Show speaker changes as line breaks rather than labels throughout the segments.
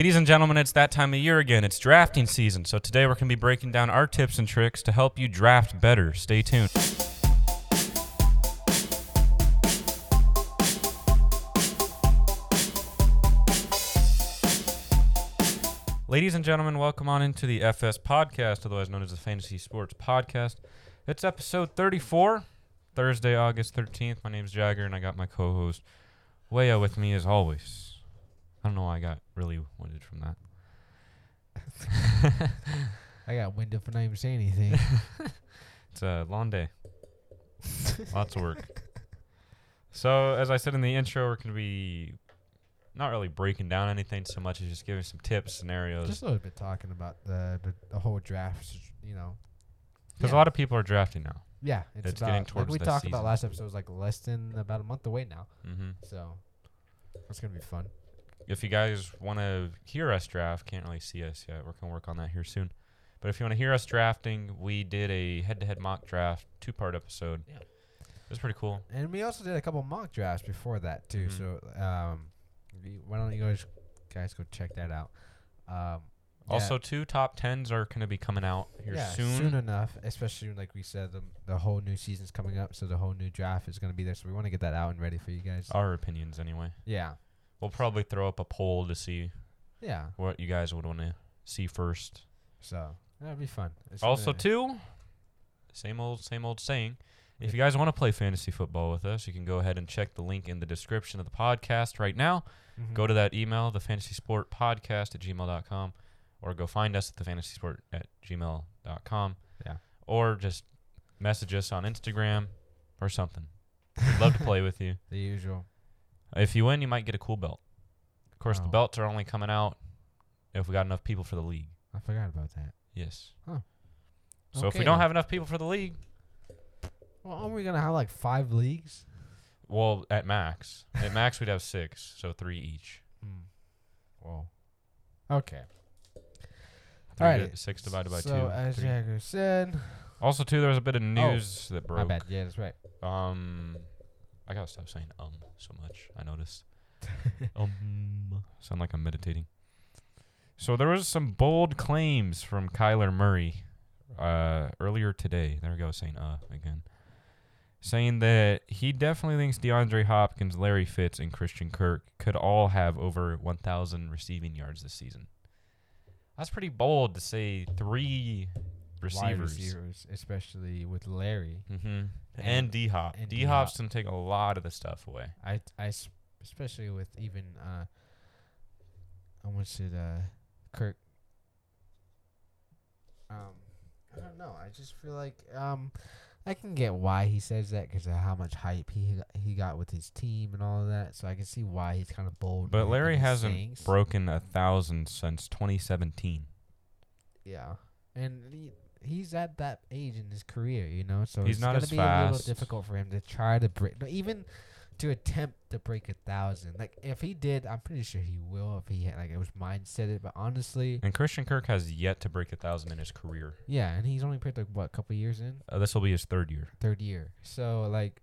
Ladies and gentlemen, it's that time of year again. It's drafting season. So today we're going to be breaking down our tips and tricks to help you draft better. Stay tuned. Ladies and gentlemen, welcome on into the FS podcast, otherwise known as the Fantasy Sports Podcast. It's episode 34, Thursday, August 13th. My name's Jagger, and I got my co host, Waya, with me as always. I don't know why I got really winded from that.
I got winded for not even saying anything.
It's a long day. Lots of work. So, as I said in the intro, we're going to be not really breaking down anything so much as just giving some tips, scenarios.
Just a little bit talking about the the, the whole draft, s- you know.
Because
yeah.
a lot of people are drafting now.
yeah, it's,
it's
about,
getting
like
towards
we
the
talked
season.
about last episode, it was like less than about a month away now,
Mm-hmm.
so it's gonna be fun.
If you guys want to hear us draft, can't really see us yet. We're going to work on that here soon. But if you want to hear us drafting, we did a head to head mock draft, two part episode.
Yeah.
It was pretty cool.
And we also did a couple mock drafts before that too.
Mhm.
So um, y- why don't you guys guys go check that out? Um, yeah,
Also, two top tens are going to be coming out here
yeah,
soon.
enough, especially like we said, the, the whole new season's coming up, so the whole new draft is gonna be there. So we want to get that out and ready for you guys.
Our opinions, anyway.
yeah,
We'll probably throw up a poll to see
yeah.
what you guys would want to see first.
So that'd be fun. It's
Also,
gonna-
too, same old, same old saying. If you guys want to play fantasy football with us, you can go ahead and check the link in the description of the podcast right now.
Mhm.
Go to that email, the podcast at gmail.com, or go find us at the fantasysport at gmail.com.
Yeah.
Or just message us on Instagram or something. We'd love to play with you.
the usual.
If you win, you might get a cool belt. Of course, the
Oh.
belts are only coming out if we got enough people for the league.
I forgot about that.
Yes.
Huh.
So if we
Okay
don't
then.
have enough people for the league,
Well, aren't we gonna have like five leagues?
well, at max, at max we'd have six, so three each.
Mm. Whoa. Okay.
Three
Alrighty.
di- Six divided by
so
two.
as
three.
Jagger said,
Also, too, there was a bit of news that
my
broke.
bad. Yeah, that's right.
Um, I gotta stop saying um so much. I noticed. um, sound like I'm meditating. So there was some bold claims from Kyler Murray uh, earlier today. There we go, saying uh again, saying that he definitely thinks DeAndre Hopkins, Larry Fitz, and Christian Kirk could all have over 1,000 receiving yards this season. That's pretty bold to say three
Wide
receivers.
receivers, especially with Larry.
Mm-hmm. And
And-
D Hop.
and
D Hop's gonna take a lot of the stuff away.
I, I, s- especially with even uh, I want to uh, Kirk. Um, I don't know. I just feel like um, I can get why he says that because of how much hype he he got with his team and all of that. So I can see why he's kind of bold.
But
in-
Larry
in his
hasn't
sayings.
broken a thousand since 2017.
Yeah, and he, he's at that age in his career, you know. So
He's
it's
not
gonna
as
be a
fast.
little difficult for him to try to break, no, even to attempt to break a thousand. Like if he did, I'm pretty sure he will. If he had, like it was mindset it, but honestly,
And Christian Kirk has yet to break a thousand in his career.
yeah, and he's only played like what couple years in
Uh, this will be his third year,
third year. So like,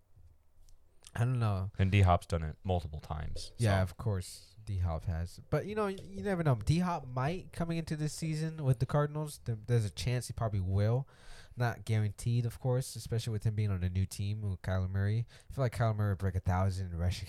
I don't know.
and D Hop's done it multiple times.
Yeah,
so.
of course. D Hop has, but you know, y- you never know. D Hop might coming into this season with the Cardinals. There, there's a chance he probably will, not guaranteed, of course, especially with him being on a new team with Kyler Murray. I feel like Kyler Murray would break a thousand rushing,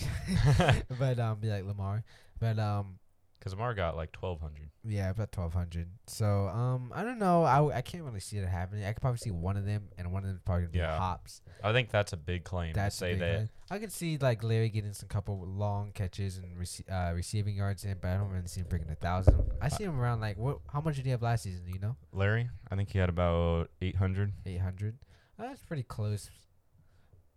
but um, be like Lamar, but um,
because Amar got like 1,200.
yeah, about twelve hundred. So um, I don't know. I, w- I can't really see it happening. I could probably see one of them, and one of them probably gonna be
Yeah.
Hops.
I think that's a big claim
That's
to
a
say
big
that.
line. I could see like Larry getting some couple long catches and rece- uh, receiving yards in, but I don't really see him breaking a thousand.
Uh,
I see him around like what? How much did he have last season? do You know,
Larry, I think he had about 800.
eight hundred. Uh, That's pretty close.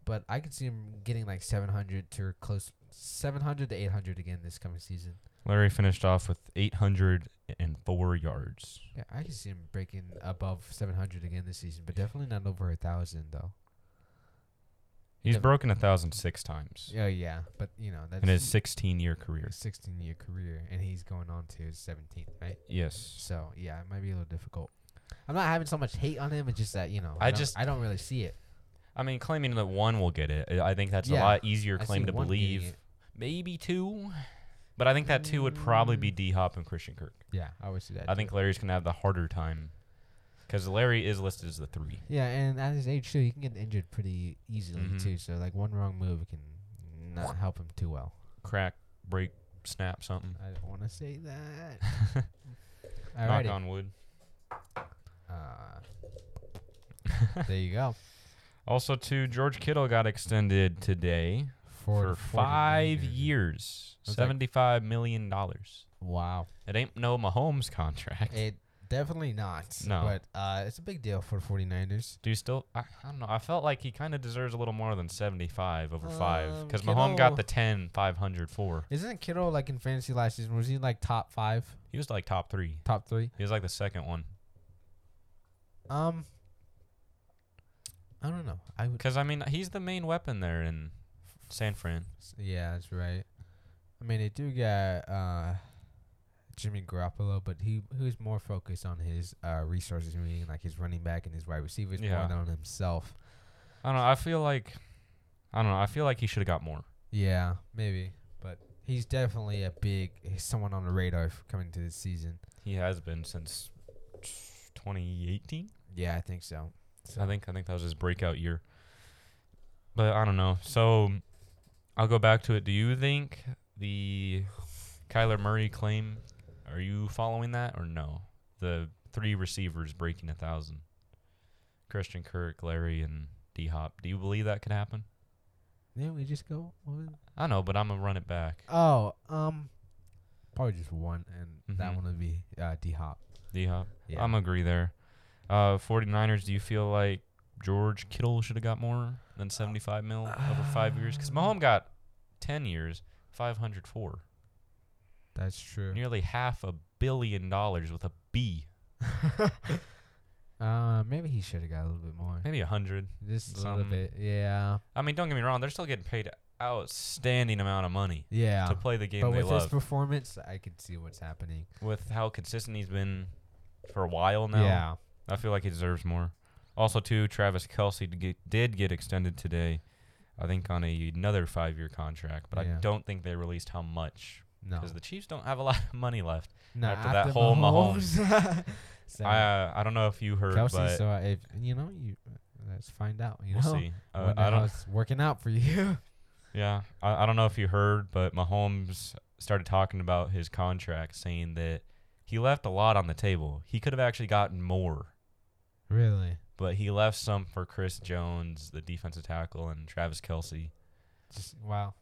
But I could see him getting like seven hundred to close seven hundred to eight hundred again this coming season.
Larry finished off with 804 yards.
Yeah, I could see him breaking above seven hundred again this season, but definitely not over a thousand though.
He's
Yeah.
broken a thousand six times
Yeah, Oh, yeah, but you know that's
in his 16 year career.
sixteen year career, and he's going on to his seventeenth, right?
Yes.
So yeah, it might be a little difficult. I'm not having so much hate on him. It's just that you know,
I
don't-
just-
I don't really see it.
I mean, claiming that one will get it, I I think that's a
Yeah,
lot easier
I
claim
see
to
one getting
believe.
it.
Maybe two. But I think that two would probably be D Hop and Christian Kirk.
Yeah, I would see that.
I
too.
think Larry's gonna have the harder time because Larry is listed as the three.
Yeah, and at his age too, he can get injured pretty easily
Mhm.
too. So like one wrong move can not help him too well.
Crack, break, snap, something.
I don't want to say that.
Knock
Alrighty.
on wood.
Uh, there you go.
Also, too, George Kittle got extended today for five
49ers.
years,
That's like-
seventy-five million dollars.
Wow.
It ain't no Mahomes contract.
It definitely not.
No.
But uh, it's a big deal for 49ers.
Do you still? I, I don't know. I felt like he kind of deserves a little more than 75 over five
Um,
because Mahomes got
Kittle-
the 10, 500, four.
Isn't Kittle like in fantasy last season? Was he like top five,
He was like top three.
top three?
He was like the second one.
Um, I don't know. I would.
Because I mean, he's the main weapon there in San Fran.
s- Yeah, that's right. I mean, they do get uh, Jimmy Garoppolo, but he who's more focused on his uh, resources, meaning like his running back and his wide receivers,
Yeah.
more than on himself.
I don't know. I feel like, I don't know. I feel like he should have got more.
Yeah, maybe. But he's definitely a big he's someone on the radar f- coming to this season.
He has been since 2018.
Yeah, I think so.
I think I think that was his breakout year. But I don't know. So I'll go back to it. Do you think the Kyler Murray claim? Are you following that or no? The three receivers breaking a thousand. Christian Kirk, Larry, and D Hop. Do you believe that could happen?
Didn't we just go? what?
I know, but I'm gonna run it back.
Oh, um, probably just one, and that
Mhm.
one would be uh, D Hop.
D Hop.
Yeah,
I'm agree there. Uh, 49ers. Do you feel like George Kittle should have got more
Uh,
than 75 mil over five years? Because Mahomes got 10 years, 504.
that's true.
nearly half a billion dollars with a B,
uh, maybe he should have got a little bit more.
maybe a hundred.
Just a
Some-
little bit. Yeah,
I mean, don't get me wrong; they're still getting paid outstanding amount of money
yeah.
to play the game
But
they
with his
love.
performance, I could see what's happening.
with how consistent he's been for a while now,
Yeah,
I feel like he deserves more. Also, too, Travis Kelsey did get extended today, I think on a, another five-year contract, but I
Yeah.
don't think they released how much
no,
because the Chiefs don't have a lot of money left.
no.
after that whole Mahomes.
so
I uh, I don't know if you heard,
Kelsey,
but
so if you know, you let's find out. You
we'll
know,
see. Uh,
when the
I don't.
hell's working out for you.
Yeah, I, I don't know if you heard, but Mahomes started talking about his contract, saying that he left a lot on the table. He could have actually gotten more,
really?
but he left some for Chris Jones, the defensive tackle, and Travis Kelsey.
Just wow.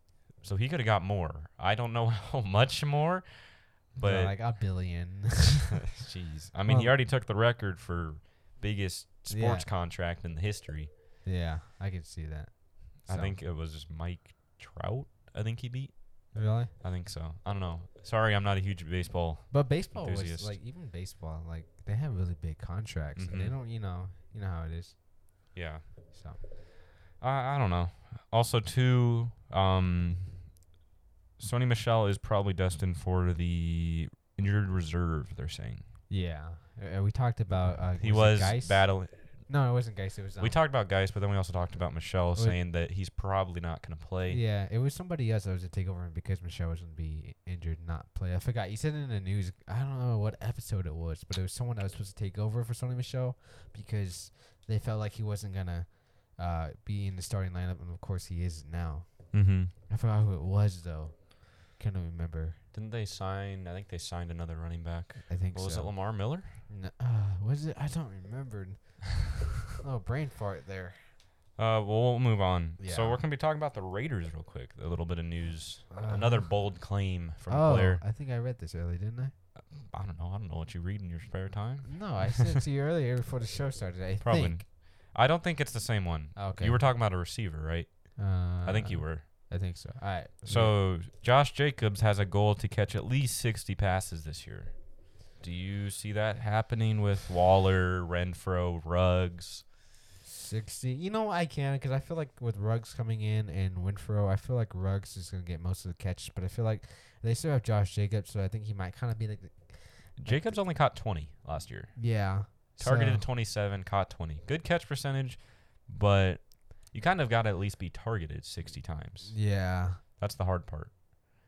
So he could have got more. I don't know how much more,
So,
but
like a billion.
jeez, I mean, he
Well-
already took the record for biggest sports
Yeah.
contract in the history.
yeah, I could see that.
I
So,
think it was Mike Trout. I think he beat.
really,
I think so. I don't know. Sorry, I'm not a huge baseball
but baseball
Enthusiast.
was like even baseball like they have really big contracts. and
Mhm.
they don't, you know, you know how it is.
Yeah,
So
I, I don't know. Also, too, um, Sony Michelle is probably destined for the injured reserve. They're saying
yeah, Uh, we talked about uh,
he was,
it Geis?
battling.
No, it wasn't Geis. It was um,
We talked about Geist, but then we also talked about Michelle
Was-
saying that he's probably not going to play.
Yeah, it was somebody else that was a takeover, and because Michelle was gonna be injured, not play. I forgot. You said it in the news. I don't know what episode it was, but it was someone that was supposed to take over for Sony Michelle because they felt like he wasn't gonna uh, be in the starting lineup, and of course he is now.
Mm-hmm.
I forgot who it was though. Can't remember.
Didn't they sign? I think they signed another running back.
I think
What was
so.
it, Lamar Miller?
N- uh, was it? I don't remember. oh, brain fart there.
Uh, well, we'll move on. So
Yeah.
we're gonna be talking about the Raiders real quick. A little bit of news.
Uh-huh.
Another bold claim from a
oh,
player.
I think I read this earlier, didn't I?
I don't know. I don't know what you read in your spare time.
No, I said it to you earlier before the show started. I
Probably.
think.
I don't think it's the same one.
Okay.
You were talking about a receiver, right?
Uh,
I think you were.
I think so. All right.
So Josh Jacobs has a goal to catch at least 60 passes this year. Do you see that happening with Waller, Renfro, Ruggs?
sixty. You know I can because I feel like with Ruggs coming in and Winfro, I feel like Ruggs is gonna get most of the catches, but I feel like they still have Josh Jacobs, so I think he might kind of be like, the,
Jacobs only caught 20 last year.
yeah,
Targeted
So,
27, caught 20. Good catch percentage, but you kind of got to at least be targeted 60 times.
yeah,
That's the hard part.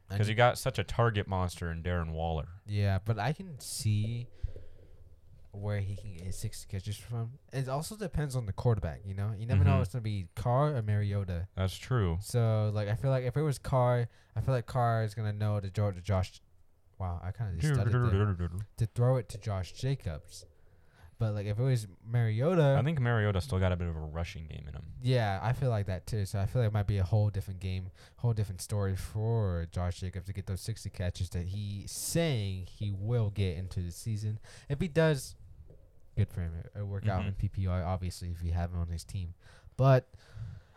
I
because
need-
you got such a target monster in Darren Waller.
Yeah, but I can see where he can get six catches from. It also depends on the quarterback, you know? You never know
Mhm.
if it's gonna be Carr or Mariota.
That's true.
So like I feel like if it was Carr, I feel like Carr is gonna know to George Josh Wow, I kinda just stuttered there. to throw it to Josh Jacobs. But like if it was Mariota
I think Mariota still got a bit of a rushing game in him.
Yeah, I feel like that too. So I feel like it might be a whole different game, whole different story for Josh Jacobs to get those 60 catches that he's saying he will get into the season. If he does, good for him. It- It'll work out in
Mhm.
PPR, obviously, if you have him on his team. But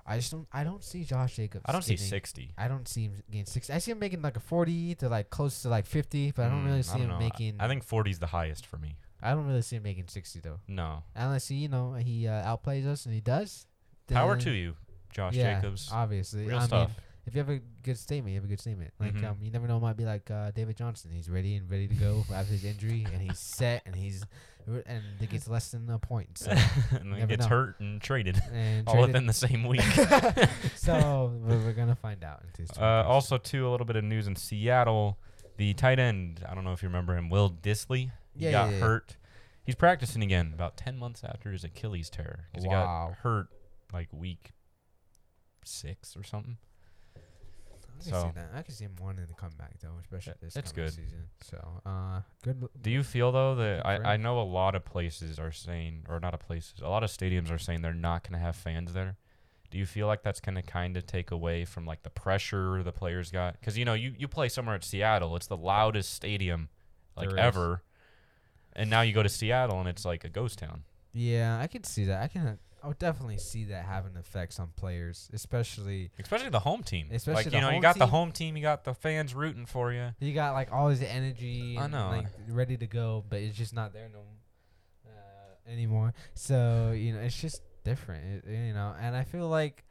I just don't. I don't see Josh Jacobs.
I don't see
getting-
sixty.
I don't see him getting six. I see him making like a 40 to like close to like 50, but I don't really
Mm,
see
don't
him
know. I-
making.
I think 40 is the highest for me.
I don't really see him making 60 though.
No.
Unless he, you know, he uh, outplays us and he does.
Power
then-
to you, Josh Jacobs.
Obviously,
Real
I mean,
stuff.
if you have a good statement, you have a good statement. Like
Mhm.
um, you never know, it might be like uh, David Johnson. He's ready and ready to go after his injury, and he's set, and he's re- and it gets less than a point. So,
and
never
then gets
know.
hurt and traded
and
all
traded-
within the same week.
so we're, we're gonna find out. In this
Uh, also, too, a little bit of news in Seattle. The tight end, I don't know if you remember him, Will Disley. He
Yeah,
got
yeah, yeah.
hurt. He's practicing again about 10 months after his Achilles tear because he
Wow.
got hurt like week six or something.
I can, see
so-
that. I can see him wanting to come back though, especially
That-
this
that's
coming
good.
season. So uh, good.
Do you feel, though, that
Good for
I, I
him.
know a lot of places are saying, or not a places, a lot of stadiums are saying they're not going to have fans there. Do you feel like that's going to kind of take away from like the pressure the players got? Because, you know, you, you play somewhere at Seattle, it's the loudest stadium like
There is.
ever. And now you go to Seattle and it's like a ghost town.
Yeah, I can see that. I can. I would definitely see that having effects on players, especially
Especially the home team.
Especially
like, you
the
know,
home
you got the
team.
home team, you got the fans rooting for you.
You got like all his energy.
I
and,
know.
Like ready to go, but it's just not there no uh, anymore. So you know, it's just different. It, you know, and I feel like,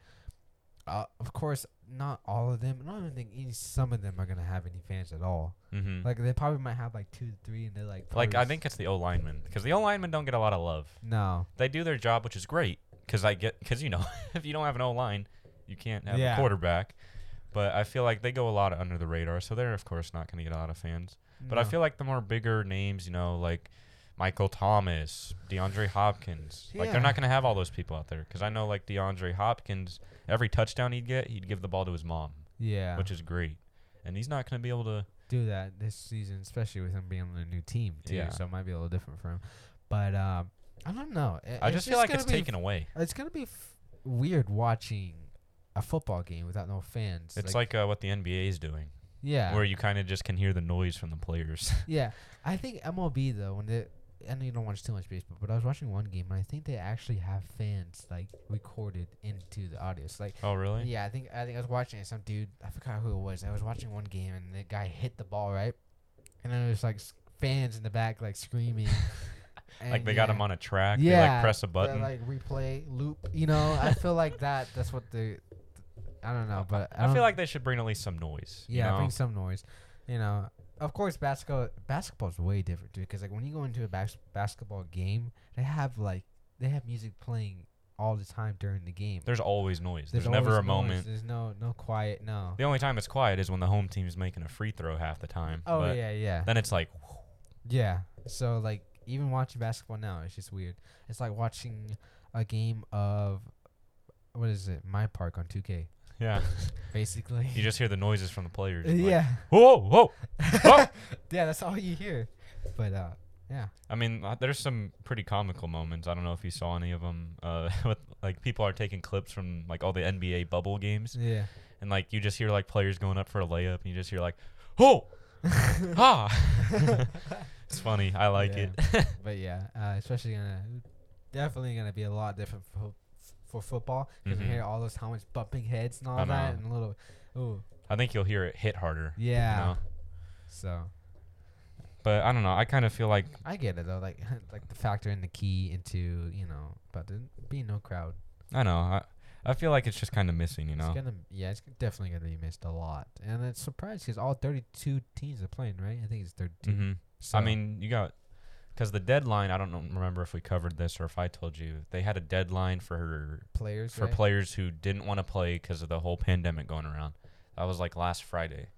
uh, of course, not all of them. I don't even think any, some of them are gonna have any fans at all.
Mm-hmm. Like,
Like they probably might have like two, to three, and they're like.
I
probably
think it's the O linemen because the O linemen don't get a lot of love.
s- No.
They do their job, which is great because I get because you know if you don't have an O line, you can't have
Yeah.
a quarterback. But I feel like they go a lot under the radar, so they're of course not going to get a lot of fans. But I
no.
feel like the more bigger names, you know, like Michael Thomas, DeAndre Hopkins, like they're
Yeah.
not going to have all those people out there because I know like DeAndre Hopkins, every touchdown he'd get, he'd give the ball to his mom.
Yeah.
which is great. And he's not going to be able to.
do that this season, especially with him being on a new team too.
Yeah.
So it might be a little different for him. But um, I don't know. It-
I just feel like
gonna
it's
be
taken away.
It's gonna be f- weird watching a football game without no fans.
It's like, uh, what the NBA is doing,
yeah,
where you kind of just can hear the noise from the players.
yeah. I think MLB though when they. I know you don't watch too much baseball, but I was watching one game and I think they actually have fans like recorded into the audience. Like,
oh, really?
yeah, I think I think I was watching it. Some dude, I forgot who it was. I was watching one game and the guy hit the ball right, and then there's like s- fans in the back like screaming.
Like
and
they got
yeah.
him on a track. They like press a
that,
button.
like replay loop. You know, I feel like that. That's what the. I don't know, but
I,
don't-
feel like they should bring at least some noise. you
um, yeah,
know?
bring some noise. You know, of course, basketball basketball's way different too, because like when you go into a bas- basketball game, they have like they have music playing all the time during the game.
There's always noise. There's,
always
never a
noise.
moment.
There's no no quiet. No.
The only time it's quiet is when the home team's making a free throw half the time.
Oh
but
yeah, yeah,
Then it's like,
yeah. So like even watching basketball now, it's just weird. It's like watching a game of what is it? My Park on 2K,
yeah,
basically.
you just hear the noises from the players. like,
yeah.
whoa, whoa.
yeah, that's all you hear. But uh, yeah.
I mean, uh, there's some pretty comical moments. I don't know if you saw any of them. Uh, with like people are taking clips from like all the NBA bubble games,
Yeah.
and like you just hear like players going up for a layup, and you just hear like, "Oh, ah!" it's funny. I like
Yeah.
it.
But yeah, uh, especially gonna definitely gonna be a lot different for fo- for football. because
Mhm.
we hear all those helmets bumping heads and all
I
that,
know.
and a little. Ooh,
I think you'll hear it hit harder. you
Yeah.
know?
so
But I don't know. I kind of feel like
I get it though. Like like the factor in the key into you know, but there be no crowd.
I know. I, I feel like it's just kind of missing. You know.
It's gonna yeah, it's definitely gonna be missed a lot, and it's surprising because all 32 teams are playing, right? I think it's 32.
hmm
So,
I mean, you got because the deadline. I don't know, remember if we covered this or if I told you they had a deadline for her
players
for
right?
players who didn't want to play because of the whole pandemic going around. That was like last Friday.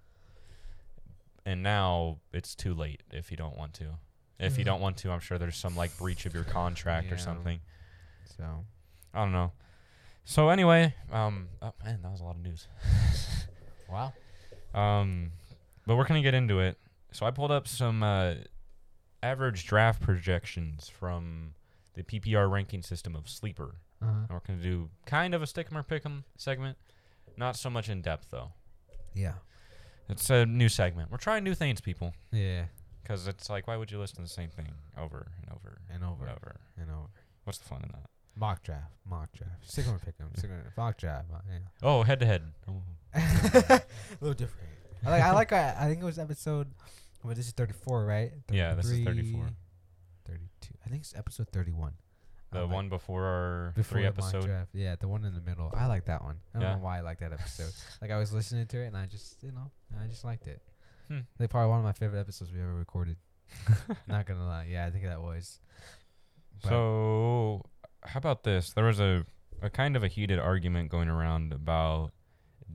and now it's too late if you don't want to. If you don't want to, I'm sure there's some like breach of your contract
Mm-hmm.
or
Yeah.
something.
So
I don't know. So anyway, um, oh man, that was a lot of news.
wow.
Um, but we're gonna get into it. So I pulled up some uh, average draft projections from the PPR ranking system of Sleeper,
Uh-huh.
and we're gonna do kind of a stick 'em or pick 'em segment. Not so much in depth though.
Yeah.
It's a new segment. We're trying new things, people,
Yeah.
because it's like, why would you listen to the same thing over and over
And over
and over?
and over.
What's the fun in that?
Mock draft. Mock draft. Stick 'em or pick 'em. Stick 'em. Mock draft. Mock, yeah.
Oh, head to head.
a little different. I like. I like. uh, I think it was episode. Well, this is thirty-four, right?
Yeah, this is 34.
33, Thirty-two. I think it's episode thirty-one. I
The
like-
one before our
before
three
the mock
episode.
draft. Yeah, the one in the middle. I like that one. I don't
Yeah.
know why I like that episode. like I was listening to it and I just, you know, I just liked it.
Hmm.
They probably one of my favorite episodes we ever recorded. Not gonna lie. Yeah, I think that was. But-
So, how about this? There was a, a kind of a heated argument going around about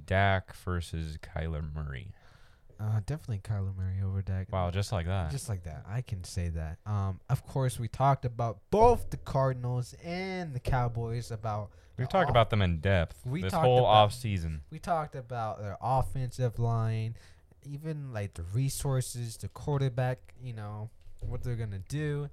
Dak versus Kyler Murray.
Uh, definitely Kyler Murray over Dak.
Wow, just like that.
Just like that. I can say that. Um, of course, we talked about both the Cardinals and the Cowboys about
We've talked
off-
about them in depth
We
this
talked
whole
about-
off season.
We talked about their offensive line, even like the resources, the quarterback, you know, what they're going to do.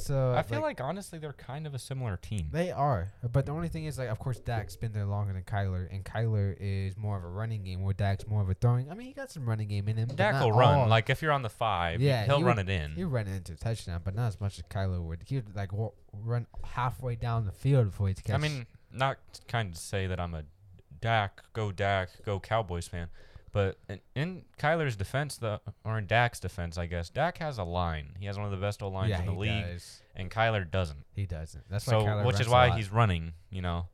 So
I feel like, honestly they're kind of a similar team.
they are. But the only thing is, like, of course, Dak's been there longer than Kyler, and Kyler is more of a running game, where Dak's more of a throwing. I mean, he got some running game in him. but
Dak
not
will run.
all.
Like if you're on the five,
Yeah,
yeah, he'll
he
run
would-
it in.
He ran into a touchdown, but not as much as Kyler would. He would like w- run halfway down the field before he'd catch.
I mean, not kind to say that I'm a Dak, go Dak, go Cowboys fan, but in, in Kyler's defense, the or in Dak's defense, I guess Dak has a line. He has one of the best O lines
yeah,
in the
he
league,
does.
and Kyler doesn't.
He doesn't. That's why
so,
Kyler
which
runs
is
a
why
lot.
he's running. You know,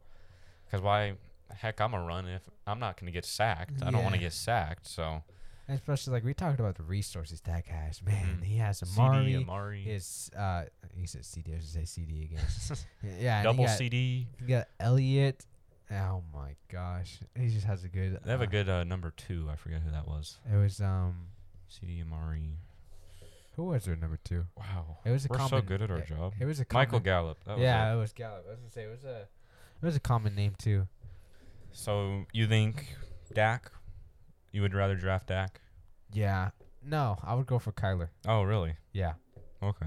because why? Heck, I'm a run if I'm not gonna get sacked. I don't want to
Yeah.
get sacked. So
And especially like we talked about the resources Dak has. Man,
Mhm.
he has
CD,
Amari.
Amari,
His uh, he said CD. I should say CD again. yeah, and he
double
got,
CD.
He got Elliott. Oh my gosh, he just has a good.
They have a
uh,
good uh, number two. I forget who that was.
It was um,
CD Amari.
who was their number two?
Wow,
It was a
we're
common,
so good at our
it-
job.
It was a
Michael
common-
Gallup. That was it.
yeah, it was Gallup. I was gonna say it was a, it was a common name too.
So you think Dak? You would rather draft Dak?
Yeah. No, I would go for Kyler.
Oh, really?
Yeah.
Okay.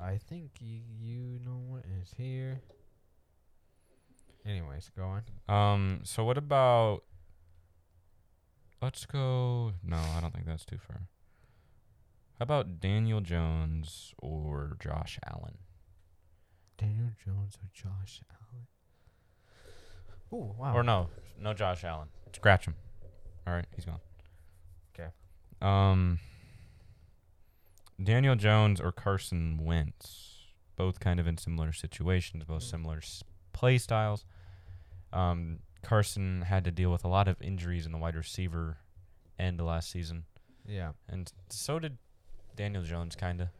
I think you, you know what is here. Anyways, go on.
Um. So what about? Let's go. No, I don't think that's too far. How about Daniel Jones or Josh Allen?
Daniel Jones or Josh Allen? Ooh, wow.
Or no, no Josh Allen. Scratch him. All right, he's gone.
'Kay.
Um. Daniel Jones or Carson Wentz, both kind of in similar situations, both
Mm.
similar s- play styles. Um, Carson had to deal with a lot of injuries in the wide receiver end of last season,
Yeah.
and so did Daniel Jones, kinda.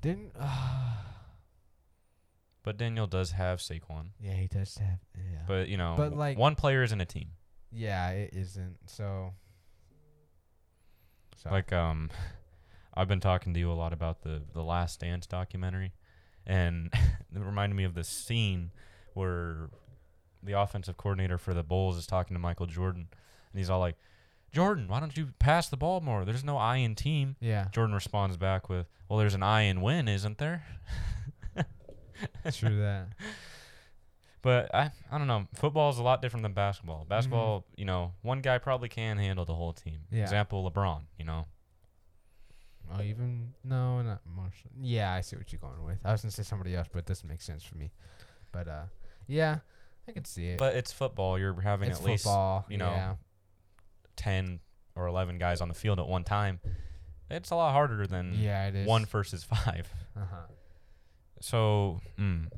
Didn't. uh,
But Daniel does have Saquon.
yeah, he does have. Yeah.
But you know,
But,
w-
like-
one player isn't a team.
yeah, it isn't. So. so
Like um, I've been talking to you a lot about the the Last Dance documentary, and it reminded me of this scene where the offensive coordinator for the Bulls is talking to Michael Jordan, and he's all like, "Jordan, why don't you pass the ball more? There's no I in team."
Yeah.
Jordan responds back with, "Well, there's an I in win, isn't there?"
True that.
But I I don't know. Football is a lot different than basketball.
Mm-hmm.
Basketball, you know, one guy probably can handle the whole team.
Yeah.
Example, LeBron. You know,
Oh, even no, not Marshall. Yeah, I see what you're going with. I was gonna say somebody else, but it doesn't make sense for me. But uh, yeah, I can see it.
but it's football. You're having
it's
at least
football,
you know,
Yeah.
10 or 11 guys on the field at one time, it's a lot harder than
yeah, it is.
mm, one versus five.
Uh-huh.
So, mm,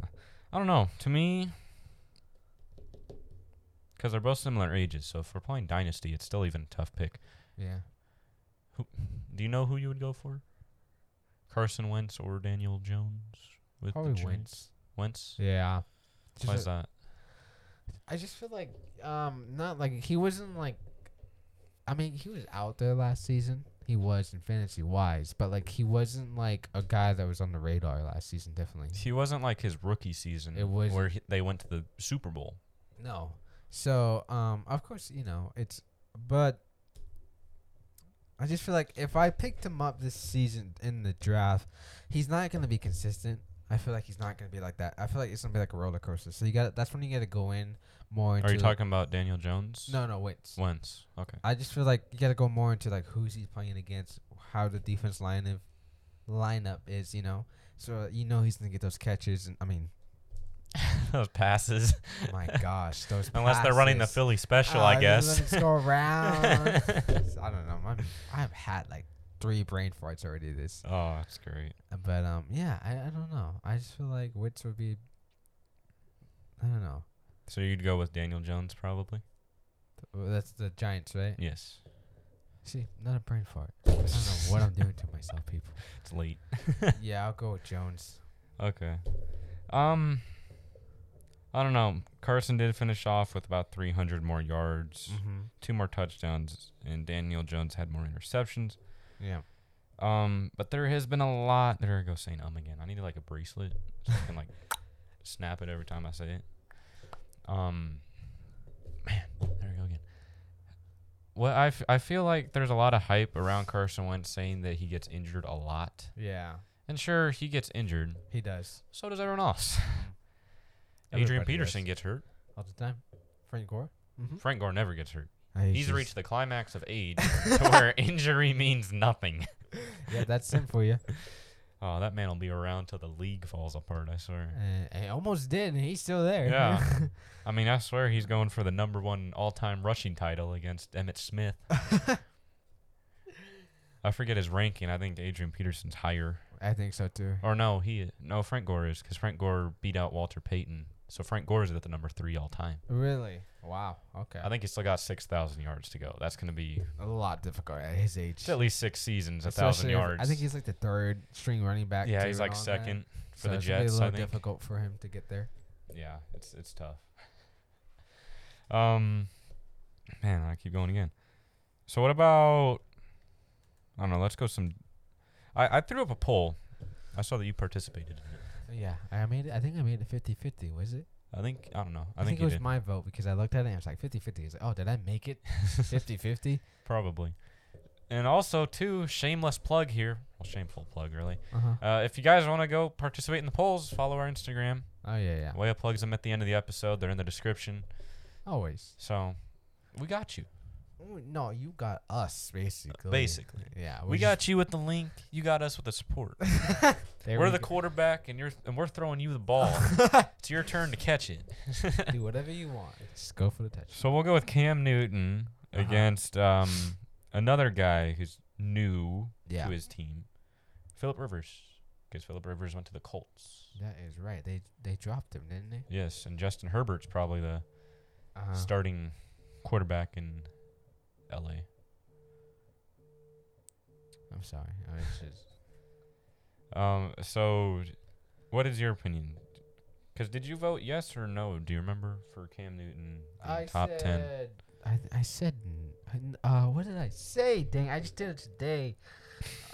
I don't know. To me, because they're both similar ages, so if we're playing Dynasty, it's still even a tough pick.
Yeah.
Do you know who you would go for? Carson Wentz or Daniel Jones? With the
Probably
trade?
Wentz.
Wentz?
Yeah.
Why
Just
is that?
I just feel like um not like he wasn't like I mean he was out there last season. he was in fantasy wise, but like he wasn't like a guy that was on the radar last season. Definitely
He wasn't like his rookie season
It
where
wasn't.
he, they went to the Super Bowl.
no. So um, of course you know it's, but I just feel like if I picked him up this season in the draft, he's not gonna be consistent. I feel like he's not gonna be like that. I feel like it's gonna be like a roller coaster. So you got to that's when you got to go in more. Into
Are you talking about Daniel Jones?
No, no, wait.
Wentz. Okay.
I just feel like you gotta go more into like who's he's playing against, how the defense line of lineup is, you know. So you know he's gonna get those catches, and I mean,
Those passes.
my gosh, those
Unless they're running the
passes.
Philly special,
Uh,
I
let-
guess.
Let us go around. I don't know. I'm, I've had like three brain farts already this,
oh, that's great.
but um, yeah, I, I don't know. I just feel like which would be, I don't know.
So you'd go with Daniel Jones probably?
That's the Giants, right?
Yes.
See, not a brain fart. I don't know what I'm doing to myself, people.
It's late.
Yeah, I'll go with Jones.
Okay. Um I don't know. Carson did finish off with about 300 more yards,
Mm-hmm.
two more touchdowns, and Daniel Jones had more interceptions.
Yeah.
Um, but there has been a lot. There I go saying um again. I need like a bracelet so I can like snap it every time I say it. Um, man, there we go again. What I, f- I feel like there's a lot of hype around Carson Wentz saying that he gets injured a lot,
Yeah,
and sure he gets injured.
he does.
So does everyone else. Adrian
Everybody
Peterson
does.
gets hurt.
all the time. Frank Gore.
Frank Gore never gets hurt.
Uh,
He's,
just-
reached the climax of age to where injury means nothing.
Yeah, that's him for you.
Oh, that man will be around till the league falls apart. I swear.
Uh, he almost did, and he's still there.
Yeah. I mean, I swear he's going for the number one all time rushing title against Emmett Smith. I forget his ranking. I think Adrian Peterson's higher.
I think so too.
Or no, he no Frank Gore is because Frank Gore beat out Walter Payton. So Frank Gore is at the number three all time.
Really? Wow. Okay.
I think he's still got six thousand yards to go. That's gonna be
a lot difficult at his age.
it's at least six seasons, a thousand
Especially if-
yards.
I think he's like the third string running back.
yeah,
too
he's
and
like
all that.
second for
So
the
it's gonna be
Jets.
a
I
little
think.
difficult for him to get there.
Yeah, it's it's tough. um, man, I keep going again. So what about? I don't know. Let's go some. I I threw up a poll. I saw that you participated in it.
Yeah, I made it. I think I made it 50-50, Was it?
I think I don't know. I, think,
it
you
was
did
my vote because I looked at it and I was like 50-50. It's like, oh, did I make it 50-50?
probably. And also too, shameless plug here. Well, shameful plug really.
Uh-huh.
Uh, if you guys want to go participate in the polls, follow our Instagram.
Oh yeah, yeah.
Way up plugs them at the end of the episode. They're in the description.
Always.
So we got you.
Ooh, No, you got us basically.
Basically.
Yeah,
We got you with the link. You got us with the support. We're the quarterback, and you're and we're throwing you the ball. it's your turn to catch it.
do whatever you want. Just go for the touch.
So we'll go with Cam Newton
Uh-huh.
against um, another guy who's new
Yeah,
to his team, Philip Rivers, because Philip Rivers went to the Colts.
that is right. They they dropped him, didn't they?
Yes, and Justin Herbert's probably the
Uh-huh.
starting quarterback in L.A.
I'm sorry. I was just
Um, so, what is your opinion? Because did you vote yes or no? Do you remember for Cam Newton in top ten?
I th- I said n- I n- uh what did I say? Dang, I just did it today.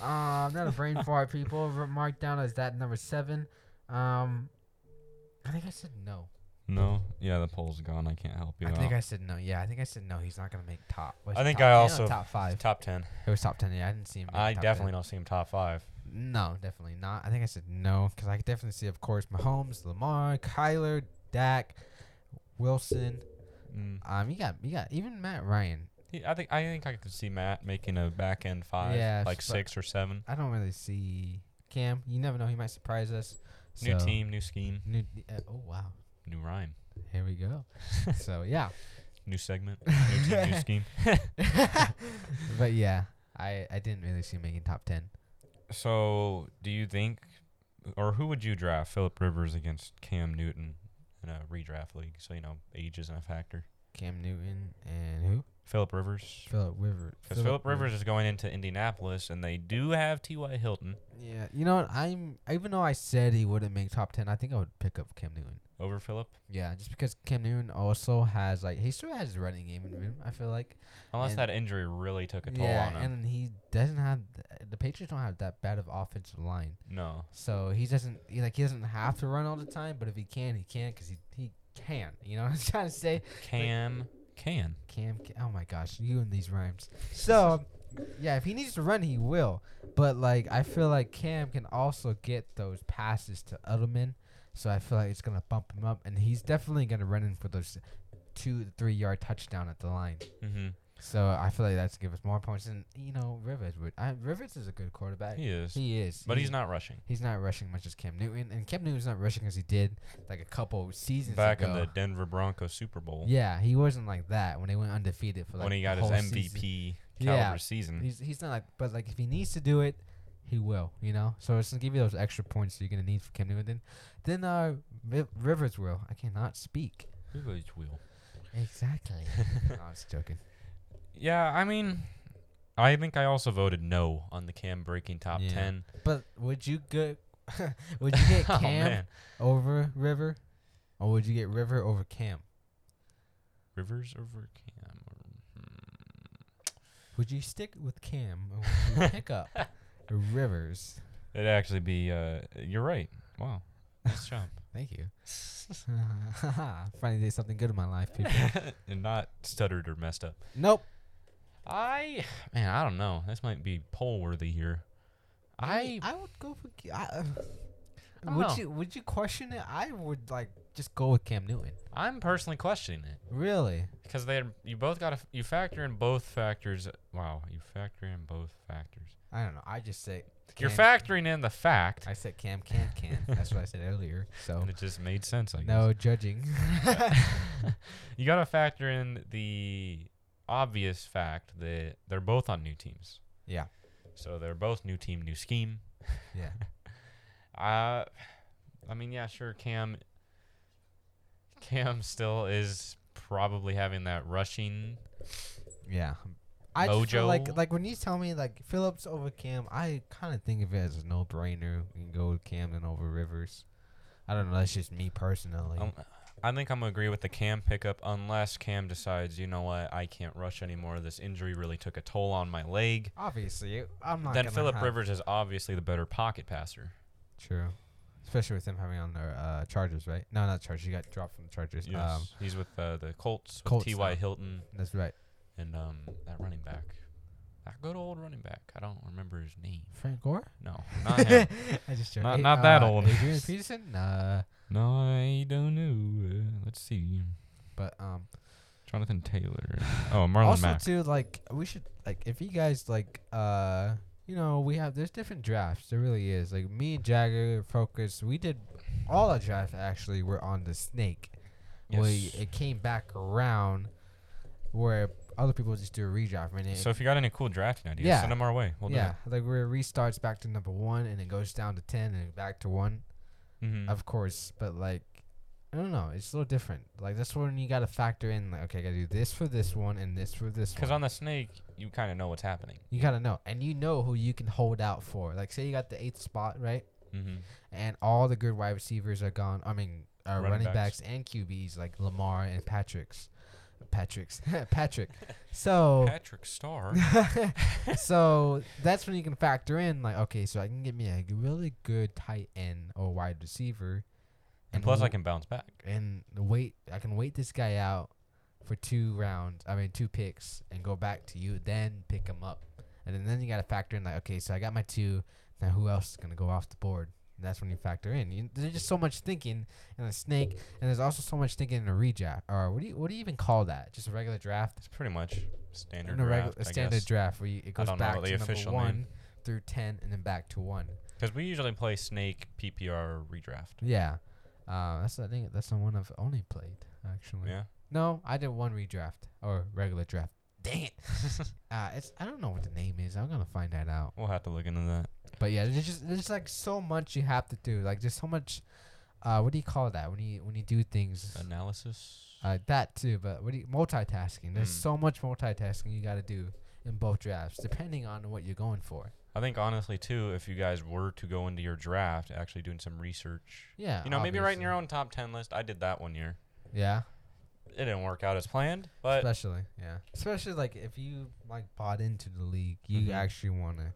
Um, not a brain fart, people. Re- Mark down as that number seven. Um, I think I said no.
No, yeah, the poll's gone. I can't help you.
I
out.
think I said no. Yeah, I think I said no. He's not gonna make top. was
I
it
think
top
I
10 or
also-
top five.
top ten.
It was top ten. Yeah, I didn't see him. make
I
top 10.
definitely don't see him top five.
No, definitely not. I think I said no because I could definitely see, of course, Mahomes, Lamar, Kyler, Dak, Wilson.
Mm.
Um, you got you got even Matt Ryan.
He, I think I think I could see Matt making a back end five,
Yeah,
like
but-
six or seven.
I don't really see Cam. You never know; he might surprise us.
new
So,
team, new scheme,
New. Uh, oh wow!
new rhyme,
Here we go. so yeah,
new segment, new team, new scheme.
but yeah, I I didn't really see him making top ten.
So, do you think, or who would you draft? Philip Rivers against Cam Newton in a redraft league. So you know, age isn't a factor.
Cam Newton and who?
Philip Rivers.
Philip Rivers.
Because Philip Rivers is going into Indianapolis, and they do have T.Y. Hilton
Yeah, you know what? I'm even though I said he wouldn't make top ten, I think I would pick up Cam Newton.
over Philip.
Yeah, just because Cam Newton also has like he still has his running game in him. I feel like
Unless
And-
that injury really took a toll
yeah,
on him.
and he doesn't have th- the Patriots don't have that bad of offensive line,
no.
so he doesn't he, like he doesn't have to run all the time. But if he can, he can because he he can. You know what I'm trying to say?
Cam can.
Cam, Ca- oh my gosh, you and these rhymes. So, yeah, if he needs to run, he will. But like, I feel like Cam can also get those passes to Edelman, so I feel like it's gonna bump him up, and he's definitely gonna run in for those two, three yard touchdown at the line.
Mm-hmm.
So I feel like that's give us more points. And you know, Rivers would. I, Rivers is a good quarterback.
He is.
He is,
but he's not rushing.
He's not rushing much as Cam Newton, and Cam Newton's not rushing as he did like a couple seasons
Back
ago.
in the Denver Broncos Super Bowl
Yeah, he wasn't like that when they went undefeated for like
when he got
the
his
whole
MVP
season.
caliber
Yeah.
season.
He's he's not like, but like if he needs to do it, he will. You know, so it's gonna give you those extra points that you're gonna need for Cam Newton. Then, then uh, Riv- Rivers will. I cannot speak. Exactly. no, I was joking.
Yeah, I mean, I think I also voted no on the Cam breaking top
Yeah.
10.
But would you get would you get
Oh,
Cam
man.
over River, or would you get River over Cam?
Rivers over Cam. or- hmm.
Would you stick with Cam or would you pick up Rivers?
It'd actually be, uh, you're right. Wow. Nice job.
Thank you. Finally did something good in my life, people.
and not stuttered or messed up.
nope.
I, man, I don't know. This might be poll worthy here. I,
I would go for. Ca- I,
I
uh,
don't
would
know.
you Would you question it? I would like just go with Cam Newton.
I'm personally questioning it.
Really?
Because they you both got to you factor in both factors. Wow, you factor in both factors.
I don't know. I just say
You're
Cam-
factoring in the fact,
I said Cam can can. That's what I said earlier. So
and it just made sense. I
no judging.
guess. you got to factor in the obvious fact that they're both on new teams.
yeah.
So they're both new team, new scheme.
Yeah.
Uh, I mean, yeah, sure, Cam. Cam still is probably having that rushing.
Yeah. I just feel
Mojo.
like like when you tell me like Phillips over Cam, I kind of think of it as a no brainer. You can go with Cam and over Rivers. I don't know. That's just me personally.
Um, I think I'm gonna agree with the Cam pickup unless Cam decides, you know what, I can't rush anymore. This injury really took a toll on my leg.
Obviously, I'm not.
then
gonna
Philip
have-
Rivers is obviously the better pocket passer.
True. Especially with them having on their uh, Chargers, right? No, not Chargers. You got dropped from the Chargers.
Yes,
Um,
he's with uh, the Colts, with
Colts
T.Y.
now.
Hilton,
that's right.
and um, that running back, that good old running back. I don't remember his name.
Frank Gore.
No, not him.
I just
Not-
A-
not that
uh,
old.
Adrian Peterson. Nah.
no, I don't know. Uh, let's see,
But um,
Jonathan Taylor. Oh, Marlon
also
Mack.
too, like we should like if you guys like uh, you know, we have there's different drafts. There really is. Like me and Jagger focus. We did all our drafts actually were on the snake. We
Yes.
it came back around where other people just do a redraft and it
So if you got any cool drafting ideas,
Yeah.
send them our way. We'll
yeah, like where it restarts back to number one and it goes down to ten and back to one,
do it. Mm-hmm.
of course. But like, I don't know, it's a little different. Like that's when you gotta factor in like, okay, I gotta do this for this one and this for this
Because
one.
on the snake, you kind of know what's happening.
you gotta know, and you know who you can hold out for. Like, say you got the eighth spot, right?
Mm-hmm.
And all the good wide receivers are gone. I mean, uh,
Running
running,
backs.
backs. and QBs like Lamar and Patrick's, Patrick's, Patrick. So
Patrick Starr.
so that's when you can factor in like, okay, so I can get me a g- really good tight end or wide receiver,
And plus, I
w-
can bounce back.
and wait. I can wait this guy out for two rounds. I mean, two picks, and go back to you. Then pick him up, and then, then you got to factor in like, okay, so I got my two. Now who else is gonna go off the board? And that's when you factor in. You, there's just so much thinking in a snake, and there's also so much thinking in a redraft. Or what do you what do you even call that? Just a regular draft
It's pretty much standard.
in a
Because
regular standard draft where you, it goes
don't know
back
what the
to number
official name-
one through ten and then back to one.
we usually play snake PPR redraft.
Yeah, uh, that's I think that's the one I've only played actually.
Yeah.
No, I did one redraft or regular draft. Dang it! uh, it's I don't know what the name is. I'm gonna find that out.
We'll have to look into that.
But yeah, there's just there's like so much you have to do. Like there's so much. Uh, what do you call that when you when you do things?
Analysis.
Uh, that too, but what do you, multitasking. There's
Mm.
so much multitasking you got to do in both drafts, depending on what you're going for.
I think honestly too, if you guys were to go into your draft, actually doing some research.
Yeah.
You know, maybe writing your
obviously.
own top ten list. I did that one year.
Yeah.
It didn't work out as planned, but
especially, yeah. Especially like if you like bought into the league, you
Mhm.
actually want to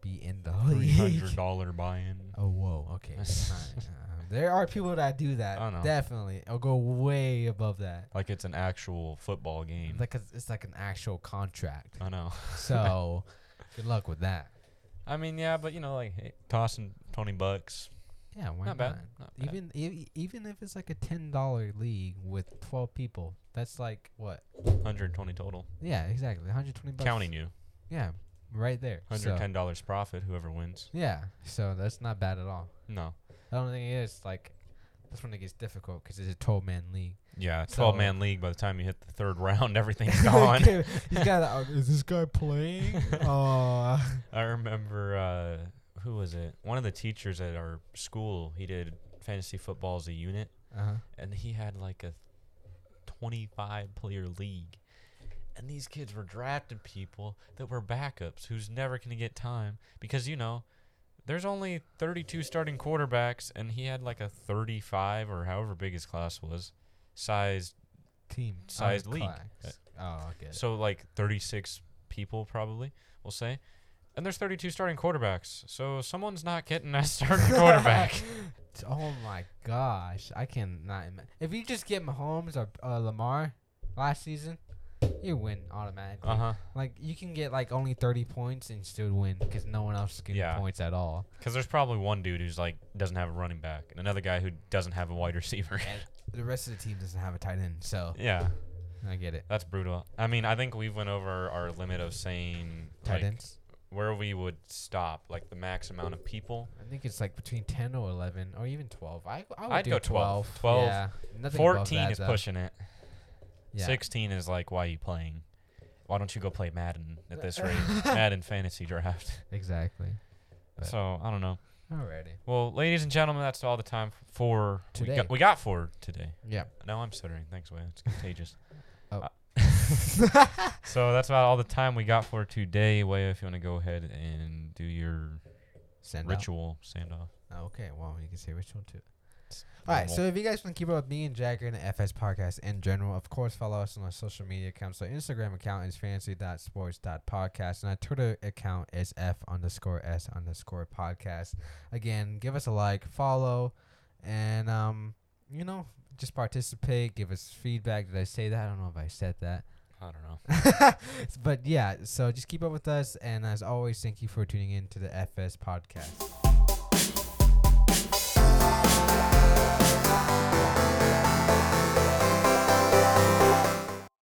be in the
three
league.
hundred dollar buy-in.
Oh whoa, okay. that's not- uh, there are people that do that.
I know.
Definitely, I'll go way above that.
Like it's an actual football game.
Like 'cause it's like an actual contract.
I know.
so, good luck with that.
I mean, yeah, but you know, like hey, tossing twenty bucks,
Yeah, why
not
not?
bad. Not bad.
Even e- even if it's like a ten dollar league with twelve people, that's like what?
120 total,
Yeah, exactly. One hundred twenty bucks.
counting you.
Yeah, right there. So,
110 dollars profit, whoever wins.
yeah, so that's not bad at all.
No,
I don't think it is. Like, that's when it gets difficult because it's a 12 man league.
yeah,
So-
12 man league. By the time you hit the third round, everything's gone.
He's got. uh, is this guy playing? Oh,
I remember uh, who was it? One of the teachers at our school. He did fantasy football as a unit,
uh-huh.
and he had like a 25 player league. And these kids were drafting people that were backups who's never going to get time because, you know, there's only 32 starting quarterbacks, and he had like a 35 or however big his class was size.
team
Sized
Oh,
league. Uh,
class. Oh, I get it.
So, like 36 people probably, we'll say. And there's 32 starting quarterbacks. So, someone's not getting that starting quarterback.
Oh my gosh, I cannot. Ima- if you just get Mahomes or uh, Lamar last season, you win automatically.
Uh huh.
Like you can get like only 30 points and still win because no one else is getting
Yeah.
points at all.
Because there's probably one dude who's like doesn't have a running back, and another guy who doesn't have a wide receiver.
And the rest of the team doesn't have a tight end, so
yeah,
I get it.
that's brutal. I mean, I think we've went over our limit of saying
Tight
like,
ends.
where we would stop, like the max amount of people.
I think it's like between 10 or 11 or even 12. I, I would
I'd
do
go 12.
12.
12.
Yeah. Nothing above
Fourteen
that,
is
though.
pushing it.
Yeah.
Sixteen is like, why are you playing? Why don't you go play Madden at this rate? Madden fantasy draft.
Exactly. But-
So I don't know.
Alrighty.
Well, ladies and gentlemen, that's all the time f- for We
Today.
got, we got for today.
Yeah.
No, I'm stuttering. Thanks, way. It's contagious.
Oh.
Uh, so that's about all the time we got for today. Way, if you want to go ahead and do your
Send out.
ritual send off.
Oh, Okay, well, you can say which one too. All right, so if you guys want to keep up with me and Jagger and the FS podcast in general, of course, follow us on our social media accounts. Our Instagram account is fantasy.sports.podcast, and our Twitter account is F underscore S underscore podcast. Again, give us a like, follow, and, um, you know, just participate, give us feedback. Did I say that? I don't know if I said that.
I don't know.
but yeah, so just keep up with us, and as always, thank you for tuning in to the FS podcast.